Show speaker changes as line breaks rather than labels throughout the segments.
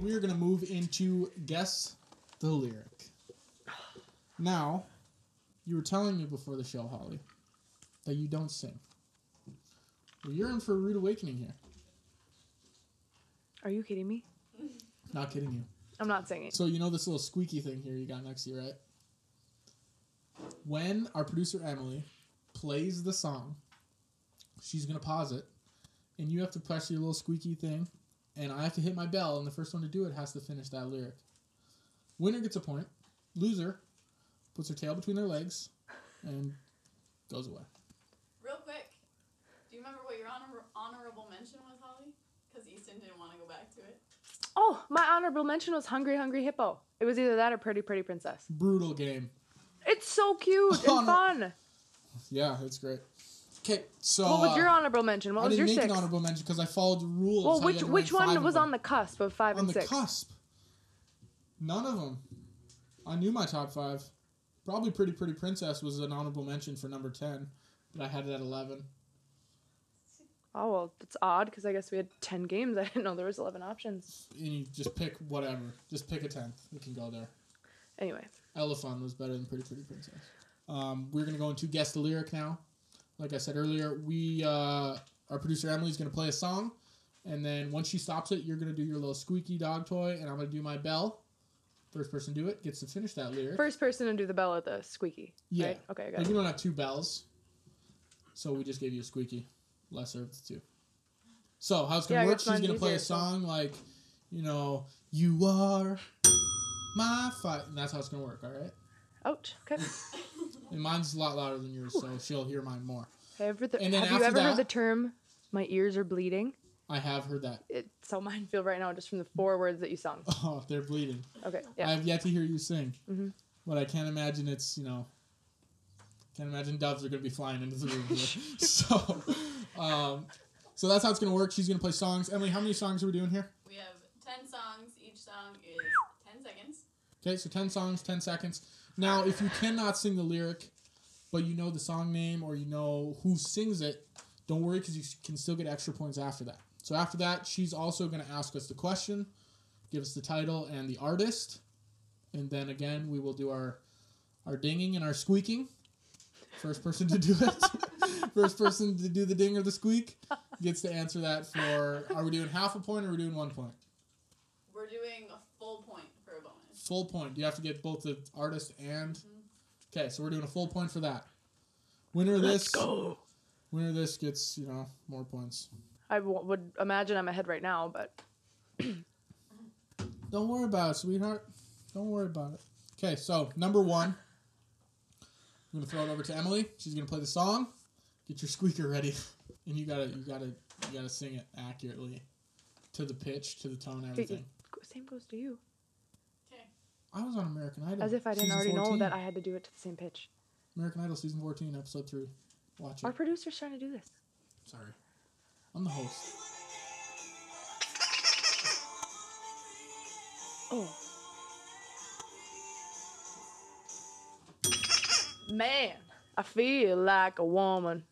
we are going to move into guess the lyric. Now, you were telling me before the show, Holly, that you don't sing. Well, you're in for a rude awakening here.
Are you kidding me?
Not kidding you.
I'm not singing.
So you know this little squeaky thing here you got next to you, right? When our producer Emily plays the song, she's gonna pause it, and you have to press your little squeaky thing, and I have to hit my bell, and the first one to do it has to finish that lyric. Winner gets a point. Loser puts her tail between their legs, and goes away.
Real quick, do you remember what your honor- honorable mention was, Holly? Because Easton didn't want to go back to it.
Oh, my honorable mention was Hungry Hungry Hippo. It was either that or Pretty Pretty Princess.
Brutal game.
It's so cute
Honor-
and fun.
Yeah, that's great. Okay, so
What was
uh,
your honorable mention? What
I
was
didn't
your
make
six?
an honorable mention because I followed the rules.
well,
how you
which
had to rank
which
five
one
of
was
them.
on the cusp of five
on
and
the
six?
cusp. None of them. I knew my top five. Probably Pretty Pretty Princess was an honorable mention for number ten, but I had it at eleven.
Oh well, it's odd because I guess we had ten games. I didn't know there was eleven options.
And you just pick whatever. Just pick a tenth. We can go there.
Anyway,
Elephant was better than Pretty Pretty Princess. Um, we're gonna go into guess the lyric now. Like I said earlier, we uh, our producer Emily's gonna play a song, and then once she stops it, you're gonna do your little squeaky dog toy, and I'm gonna do my bell. First person to do it gets to finish that lyric.
first person to do the bell at the squeaky.
Yeah.
Right? Okay, I got
Like
it.
we don't have two bells, so we just gave you a squeaky, lesser of the two. So how it's gonna
Yeah, I
work?
guess
She's
mine's
gonna play a
easier, so-
song like, you know, you are my fight, and that's how it's gonna work. All right.
Ouch. Okay.
And mine's a lot louder than yours, so she'll hear mine more.
Have, you ever-
And then
have you
after
ever
that-
heard the term "my ears are bleeding"?
I have heard that.
It's how mine feel right now just from the four words that you sung.
Oh, they're bleeding.
Okay. Yeah.
I have yet to hear you sing,
Mhm.
but I can't imagine it's you know. Can't imagine doves are gonna be flying into the room here. so, um, so that's how it's gonna work. She's gonna play songs. Emily, how many songs are we doing here?
We have 10 songs. Each song is 10 seconds.
Okay, so 10 songs, 10 seconds. Now, if you cannot sing the lyric, but you know the song name or you know who sings it, don't worry because you s- can still get extra points after that. So, after that, she's also going to ask us the question, give us the title and the artist. And then again, we will do our, our dinging and our squeaking. First person to do it, first person to do the ding or the squeak gets to answer that for are we doing half a point or are we doing one point?
We're doing a full point for a bonus.
Full point. You have to get both the artist and.
Mm-hmm.
Okay, so we're doing a full point for that. Winner of this.
go.
Winner of this gets you know more points.
I w- would imagine I'm ahead right now, but
Don't worry about it, sweetheart. Don't worry about it. Okay, so number one. I'm gonna throw it over to Emily. She's gonna play the song. Get your squeaker ready, and you gotta you gotta you gotta sing it accurately, to the pitch, to the tone, everything.
same goes to you.
Okay.
I was on American Idol.
As if I didn't
season
already know
14.
that I had to do it to the same pitch.
American Idol season 14, episode three. Watch
Our
it.
producer's trying to do this.
Sorry, I'm the host.
Oh. Man, I feel like a woman.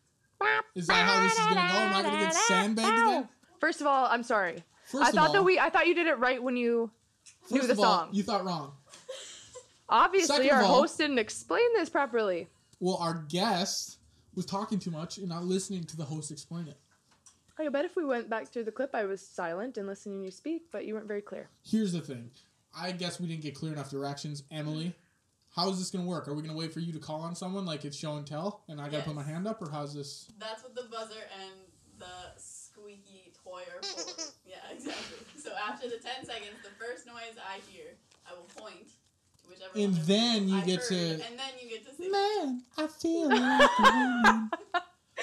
Is that how this is gonna go? Am I gonna get sandbagged again?
First of all, I'm sorry.
First
I
of
thought
all,
that we I thought you did it right when you knew
first
the
of all,
song.
You thought wrong. Second
Obviously
of
our
all-
host didn't explain this properly.
Well, our guest was talking too much and not listening to the host explain it.
I bet if we went back through the clip I was silent and listening you speak, but you weren't very clear.
Here's the thing. I guess we didn't get clear enough directions. Emily, how is this gonna work? Are we gonna wait for you to call on someone like it's show and tell and I gotta put my
Yes.
hand up or how's this
That's what the buzzer and the squeaky toy are for. yeah, exactly. So after the 10 seconds, the first noise I hear, I will point to whichever
And
one of
then
them
you
I
get
heard,
to-
And then you get to say.
Man, I feel like a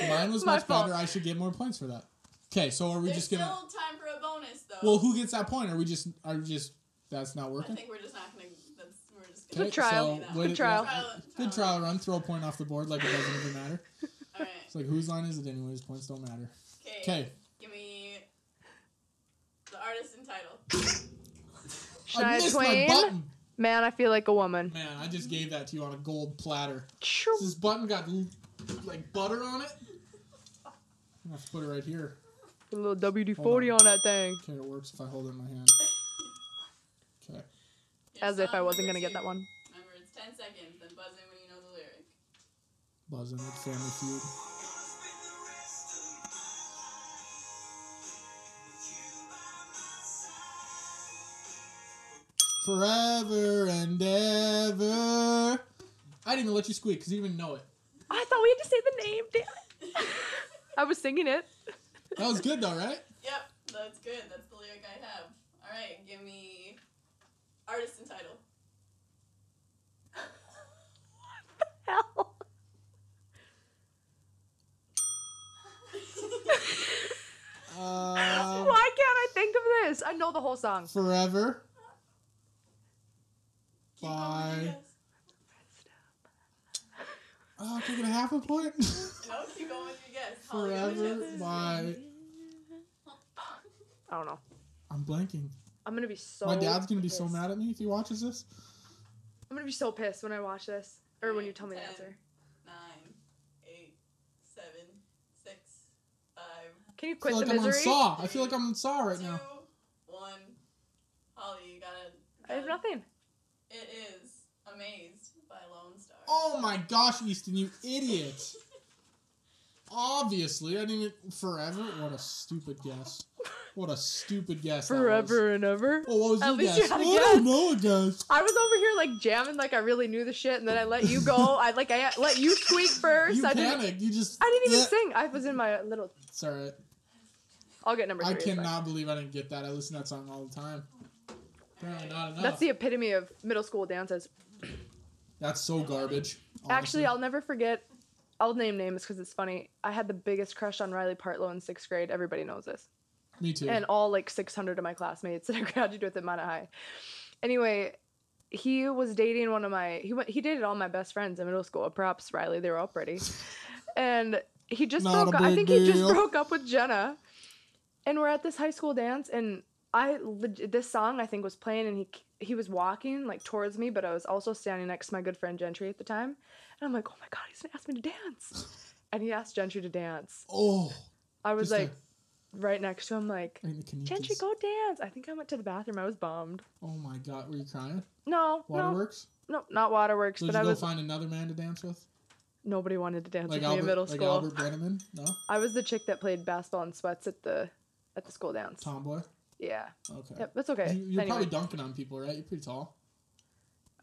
woman. Mine was
My
much
fault.
better. I should get more points for that. Okay, so are we
There's
just gonna
still time for a bonus, though.
Well who gets that point? Are we just are we just that's not
I
working?
think we're just not gonna. That's, we're just
Okay,
gonna.
Good trial.
so
Good
what-
trial.
yeah, Good trial run. Throw a point off the board like it doesn't even matter.
All right.
It's like whose line is it anyways? Points don't matter. Okay,
Give me the artist and title.
I
Shania
missed my
Twain.
button.
Man, I feel like a woman.
Man, I just gave that to you on a gold platter.
Chirp.
This button got l- like butter on it. I'm gonna have to put it right here.
Put a little WD
Hold
forty
on.
on that thing.
Okay, it works if I hold it in my hand.
Your
As if
song
I wasn't gonna
number
get
two.
that one.
Remember, it's 10 seconds, then buzz in when you know the lyric.
Buzzing with Family Feud. Forever and ever. I didn't even let you squeak because you didn't even know it.
I thought we had to say the name. Damn it. I was singing it.
That was good though, right?
Yep, that's good. That's the lyric I have. Alright, give me artist and title.
Hell.
Uh,
Why can't I think of this? I know the whole song.
forever.
Keep going with your
Bye. Oh, can I get a half a point?
guess. No, keep going with your guess.
Oh,
Holly, how many
forever
chances?
by.
I don't know.
I'm blanking.
I'm gonna be so.
My dad's gonna be so
pissed.
mad at me if he watches this.
I'm gonna be so pissed when I watch this or when you
Eight,
tell me the
ten.
answer.
Nine, eight, seven, six, five,
Can you
I
quit
feel
the
like I'm on
misery?
Saw. I feel like I'm on Saw right
two,
now.
one. Holly, you gotta.
I have
gotta-
nothing.
It is Amazed by Lone Star.
Oh my gosh, Easton, you idiot! Obviously, I didn't. Forever? What a stupid guess. What a stupid guess. that was.
and ever.
Oh, what was
At
your
least
guess?
you had a
oh, I don't know a guess.
I was over here like jamming, like I really knew the shit, and then I let you go. I like I let you tweak first.
You
I didn't.
panicked. You just.
I didn't even
Yeah.
sing. I was in my little.
It's alright.
I'll get number three.
I
it's fine.
cannot believe I didn't get that. I listen to that song all the time. Apparently not enough.
That's the epitome of middle school dances.
That's so garbage.
Actually,
honestly.
I'll never forget. I'll name names because it's funny. I had the biggest crush on Riley Partlow in sixth grade. Everybody knows this.
Me too.
and all like 600 of my classmates that I graduated with at Mount High. Anyway, he was dating one of my he went he dated all my best friends in middle school. Props, Riley, they were all pretty. And he just
Not
broke
a
up. I
big
think he just
deal.
broke up with Jenna. And we're at this high school dance, and I leg- this song I think was playing, and he he was walking like towards me, but I was also standing next to my good friend Gentry at the time, and I'm like, oh my god, he's gonna ask me to dance, and he asked Gentry to dance.
oh,
I was
Just a-
like, right next to him, like,
I mean, can you
Gentry,
just-
go dance. I think I went to the bathroom. I was bummed.
Oh my god, were you crying?
No, no,
Waterworks?
no, not Waterworks,
So did
but
you
I
go
was.
find another man to dance with?
Nobody wanted to dance
Like
with me
Albert,
in middle
like
school.
Albert Brenneman? No,
I was the chick that played basketball and sweats at the at the school dance.
tomboy.
Yeah,
Okay.
yep, that's okay.
You, you're
anyway,
probably dunking on people, right? You're pretty tall.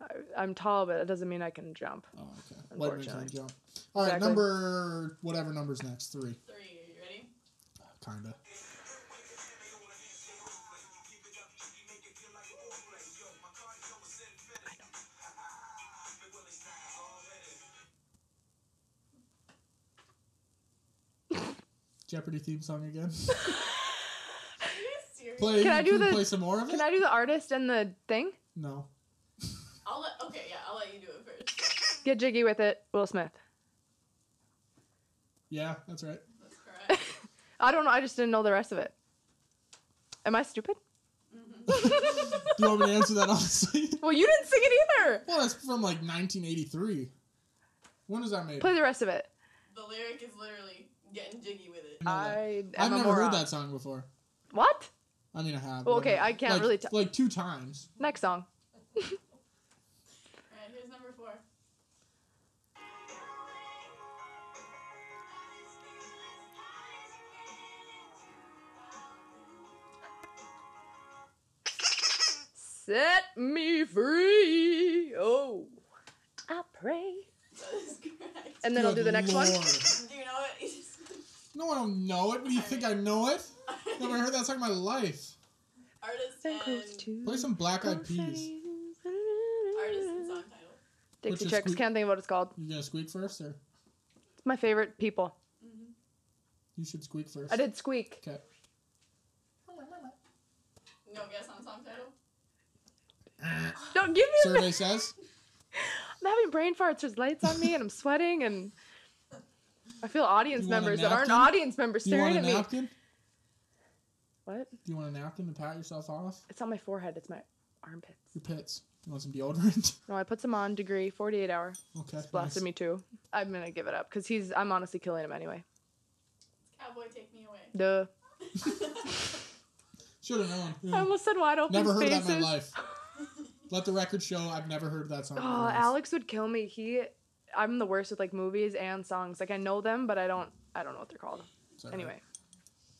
I, I'm tall, but it doesn't mean I can jump.
Oh, okay. White man can
Unfortunately.
jump. All right,
Exactly.
number whatever number's next, three,
Three, are you ready?
kinda. Jeopardy theme song again.
Are you serious?
Play.
Can I do
you
the-
Play some more of it.
Can I do the artist and the thing?
No.
I'll let, okay, yeah, I'll let you do it first.
Get jiggy with it, Will Smith.
Yeah, that's right.
That's correct.
I don't know. I just didn't know the rest of it. Am I stupid?
Do you want me to answer that honestly?
Well, you didn't sing it either.
Well, that's from like 1983. When was that made?
Play the rest of it.
the lyric is literally getting jiggy with it.
know that.
I am
I've
a
never
moron.
heard that song before.
What?
I mean, I have.
Well,
but
okay,
like-
I can't
like-
really tell.
Like two times.
Next song.
Alright, here's number four.
Set me free. Oh, I pray.
That is correct.
And then I'll do
Good
the next one.
lord.
do you know it?
No, I don't know it. What do you think? I know it? Never heard that song in my life.
Artist and artist
Play some Black Eyed Peas.
and song title.
Which
Dixie
is
Chicks.
squeak-
Can't think of what it's called.
You gonna squeak first, or
It's my favorite people.
Mm-hmm.
you should squeak first?
I did squeak.
Okay.
No guess on song title.
Don't give me. a minute.
Survey says.
I'm having brain farts. There's lights on me, and I'm sweating, and I feel audience
You want a
members that aren't
napkin?
audience members
Do you
staring
want a
at me.
napkin?
What?
Do you want a napkin to pat yourself off?
It's on my forehead. It's my armpits.
Your pits. You want some deodorant?
No, I put some on. Degree 48 hour.
okay.
Blasted
nice.
me too. I'm gonna give it up because he's. I'm honestly killing him anyway.
Cowboy, take me away.
Duh.
Should have known.
I
Yeah.
almost said wide open
Never heard
spaces.
that in my life. Let the record show I've never heard that song.
Oh,
otherwise.
Alex would kill me. He, I'm the worst with like movies and songs. Like I know them, but I don't. I don't know what they're called.
It's all right.
Anyway,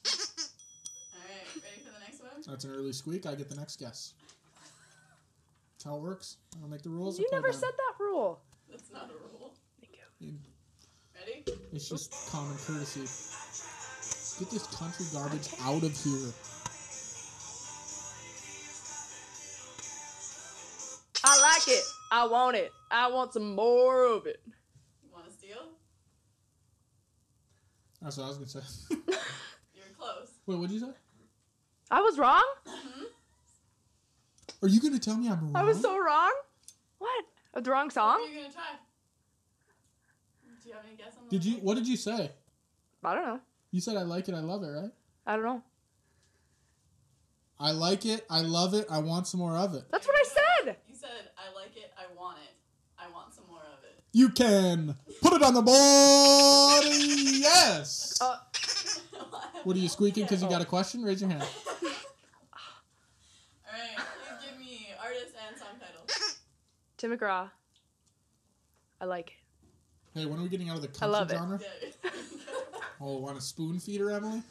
Alright, ready for the next one?
That's an early squeak. I get the next guess. That's how it works. I don't make the rules. I
you
play
never
by
said that rule.
That's not a rule.
Thank you.
them.
Ready?
It's just common courtesy. Get this country garbage out of here.
I like it. I want it. I want some more of it.
You want to steal?
That's what I was gonna say.
You're close.
Wait, what did you say?
I was wrong.
Are you gonna tell me I'm wrong?
I was so wrong. What? Uh, The wrong
What are
song?
you gonna try? Do you have any guess on the
Did you?
lyric?
What did you say?
I don't know.
You said I like it. I love it. Right?
I don't know.
I like it. I love it. I want some more of it.
That's what I said.
You said, I like it, I want it, I want some more of it.
You can put it on the board. Yes.
Uh,
what are you squeaking? Because you
Oh.
got a question? Raise your hand.
Alright, please give me artist and song title.
Tim McGraw. I like it.
Hey, when are we getting out of the
I
country
love it.
genre?
There.
Oh, want a spoon feeder, Emily?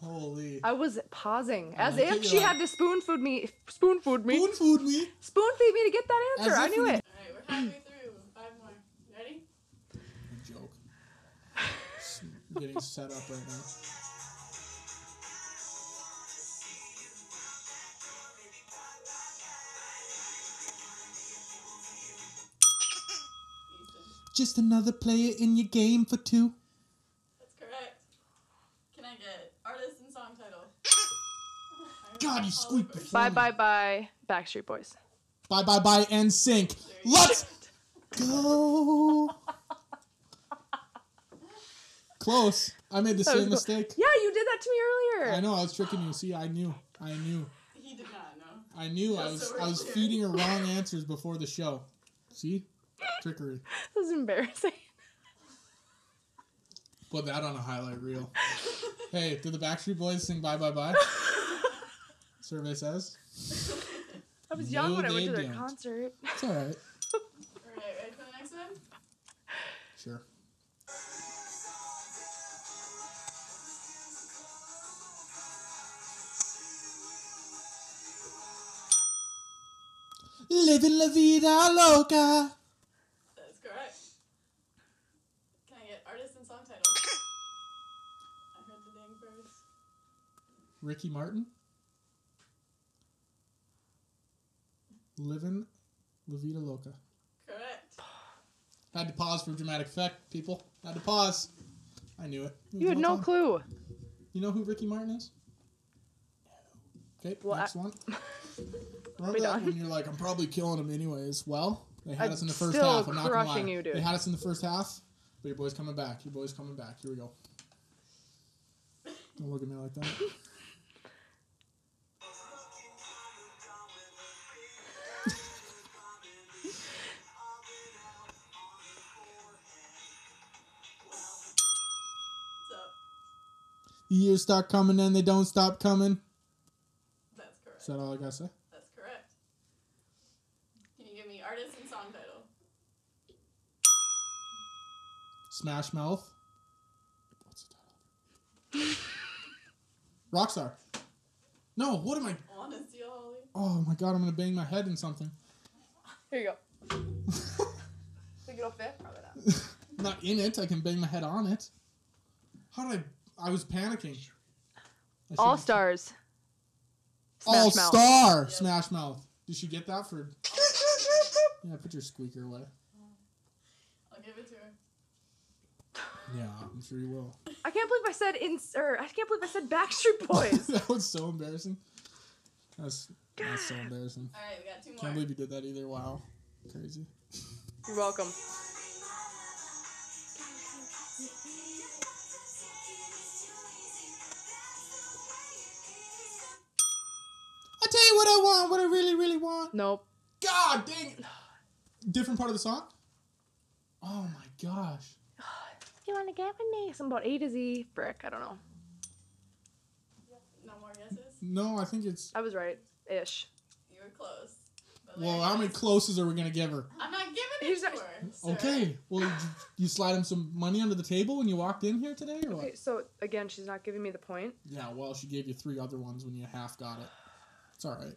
Holy.
I was pausing
I
as
like
if
it,
she
you're
had to spoon food me, spoon food me,
Spoon food me.
spoon feed me to get that
As
answer. I
if you-
knew it.
Alright, we're halfway through. Five more. Ready?
Joke. S- Getting set up right now.
Ethan.
Just another player in your game for two.
That's correct. Can I get artist and song title?
God, you squeaked
Oliver.
before.
Bye bye bye, Backstreet Boys.
Bye bye bye and sync.
There you
Let's go. Close. I made the
That was
same
cool.
mistake.
Yeah, you did that to me earlier.
I know I was tricking you. See, I knew. I knew.
He did not know.
I knew I
That's
was
so
I was
weird.
feeding her wrong answers before the show. See? Trickery.
This is embarrassing.
Put that on a highlight reel. Hey, did the Backstreet Boys sing bye bye bye? Survey says.
I was young
No,
when I went
they
to their
don't.
concert.
It's alright.
Alright, ready for the next one?
Sure. Living la vida loca.
That's correct. Can I get artist and song title? I heard the name first.
Ricky Martin. Living La Vida Loca.
Correct.
Had to pause for dramatic effect, people. Had to pause. I knew it. It was
You had
well
no
done.
clue.
You know who Ricky Martin is? Okay,
Well,
next
I-
one. Remember that
done?
when you're like, I'm probably killing him anyways. Well, they had
I'm
us in the first
still
half. I'm not gonna lie.
crushing you, dude.
They had us in the first half, but your boy's coming back. Your boy's coming back. Here we go. Don't look at me like that.
So,
The years start coming and they don't stop coming.
that's correct.
Is that all I gotta say?
That's correct. Can you give me artist and song title?
Smash Mouth. What's the title? Rockstar. No, what am I?
Honesty, Holly.
Oh my god, I'm gonna bang my head in something.
Here you go. Think it'll fit? Probably not.
Not in it. I can bang my head on it. How did I? I was panicking. I
All
should've-
Stars.
All
Smash Mouth.
Star.
Yep.
Smash Mouth. Did she get that for? Yeah, put your squeaker away.
I'll give it to her.
Yeah, I'm sure you will.
I can't believe I said in or I can't believe I said Backstreet Boys.
that was so embarrassing. That's that's so embarrassing.
All right, we got two more.
Can't believe you did that either. Wow, crazy.
You're welcome.
I tell you what I want. What I really, really want.
Nope.
God dang it! Different part of the song. Oh my gosh.
You wanna get with me? Something about A to Z. Brick. I don't know.
No more guesses.
No, I think it's
I was right. Ish.
You were close. But
Well, how many closes are we gonna give her?
I'm not giving it
He's
to
not-
her. sir.
Okay. Well, you, you slide him some money under the table when you walked in here today, or
Okay,
what?
so again, she's not giving me the point.
Yeah. Well, she gave you three other ones when you half got it. It's all right.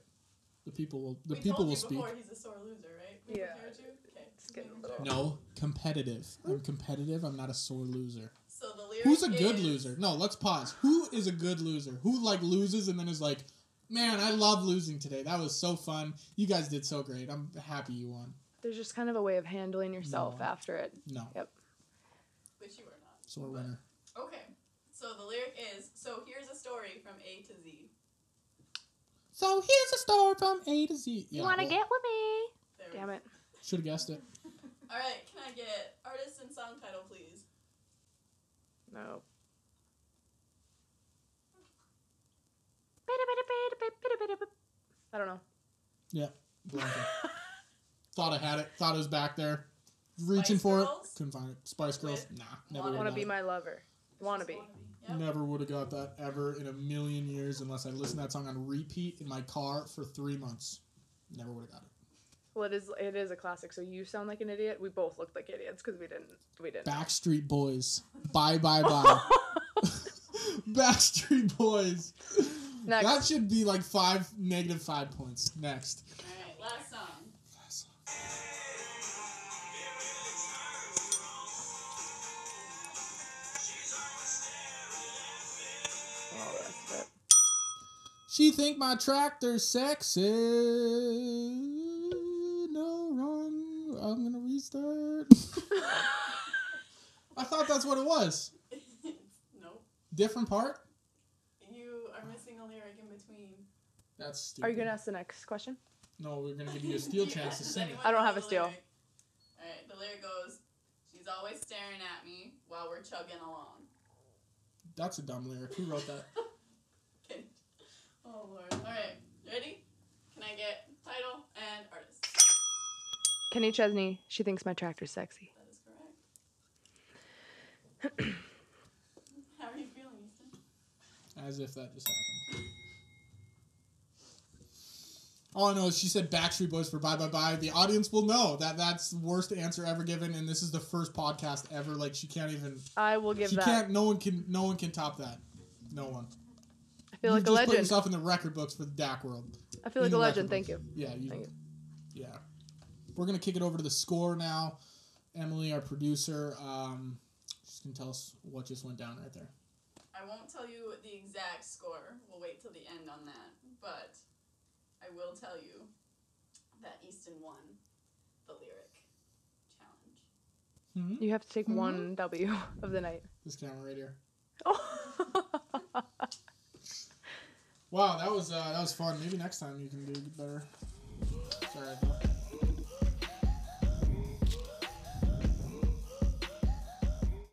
The people will. The
we
people
told
will
you
speak.
Before, he's a sore loser, right? We
Yeah.
compared you? Okay. just
getting a
making sure.
little-
No, competitive. I'm competitive. I'm not a sore loser.
So the lyric
Who's a good
is-
loser? No, let's pause. Who is a good loser? Who like loses and then is like, "Man, I love losing today. That was so fun. You guys did so great. I'm happy you won."
There's just kind of a way of handling yourself
No.
after it.
No,
Which you are not.
sore winner.
Okay. So the lyric is so here's a story from A to Z.
So here's a story from A to Z. Yeah, well,
with me?
There
Damn it.
Should have guessed it.
All right. Can I get artist and song title, please?
No. I don't know.
Blanking. Thought I had it. Thought it was back there. Reaching
Spice
for
Girls?
it. Couldn't find it. Spice Girls. Nah, never.
Wanna
would've
Wanna
got
be
it.
my lover. Wanna be.
Yep.
Never would have got that ever in a million years unless I listened to that song on repeat in my car for three months. Never would have got it.
Well, it is. It is a classic. So you sound like an idiot. We both looked like idiots because we didn't. We didn't.
Ah. Backstreet Boys. Bye bye bye. Backstreet Boys.
Next.
That should be like five negative five points. Next.
All right. Last song.
All the rest of it.
She think my tractor's sexy. No run. I'm gonna restart. I thought that's what it was.
nope.
Different part.
You are missing a lyric in between.
That's stupid.
Are you gonna ask the next question?
No, we're gonna give you a steel
Yeah,
chance to
does
sing it.
anyone
I don't
know
have a
the
steal.
lyric? All right. The lyric goes, "She's always staring at me while we're chugging along."
That's a dumb lyric. Who wrote that?
Okay. Oh lord. All right. Ready? Can I get title and artist?
Kenny Chesney. She thinks my tractor's sexy.
That is correct. How are you feeling, Ethan?
As if that just happened. All I know is she said Backstreet Boys for Bye Bye Bye. The audience will know that that's the worst answer ever given, and this is the first podcast ever. Like she can't even.
I will give
she
that.
can't. No one can. No one can top that. No one.
I feel like
you
a
just put
legend.
yourself in the record books for the DAC world.
I feel like
in the
a legend.
record
Thank you.
books. Yeah, you,
Thank you.
yeah. We're gonna kick it over to the score now. Emily, our producer, um, she's gonna tell us what just went down right there.
I won't tell you the exact score. We'll wait till the end on that. But I will tell you that Easton won the lyric challenge.
Hmm?
You have to take one W of the night.
This camera right here.
Oh.
Wow, that was uh, that was fun. Maybe next time you can do better. Sorry. I thought-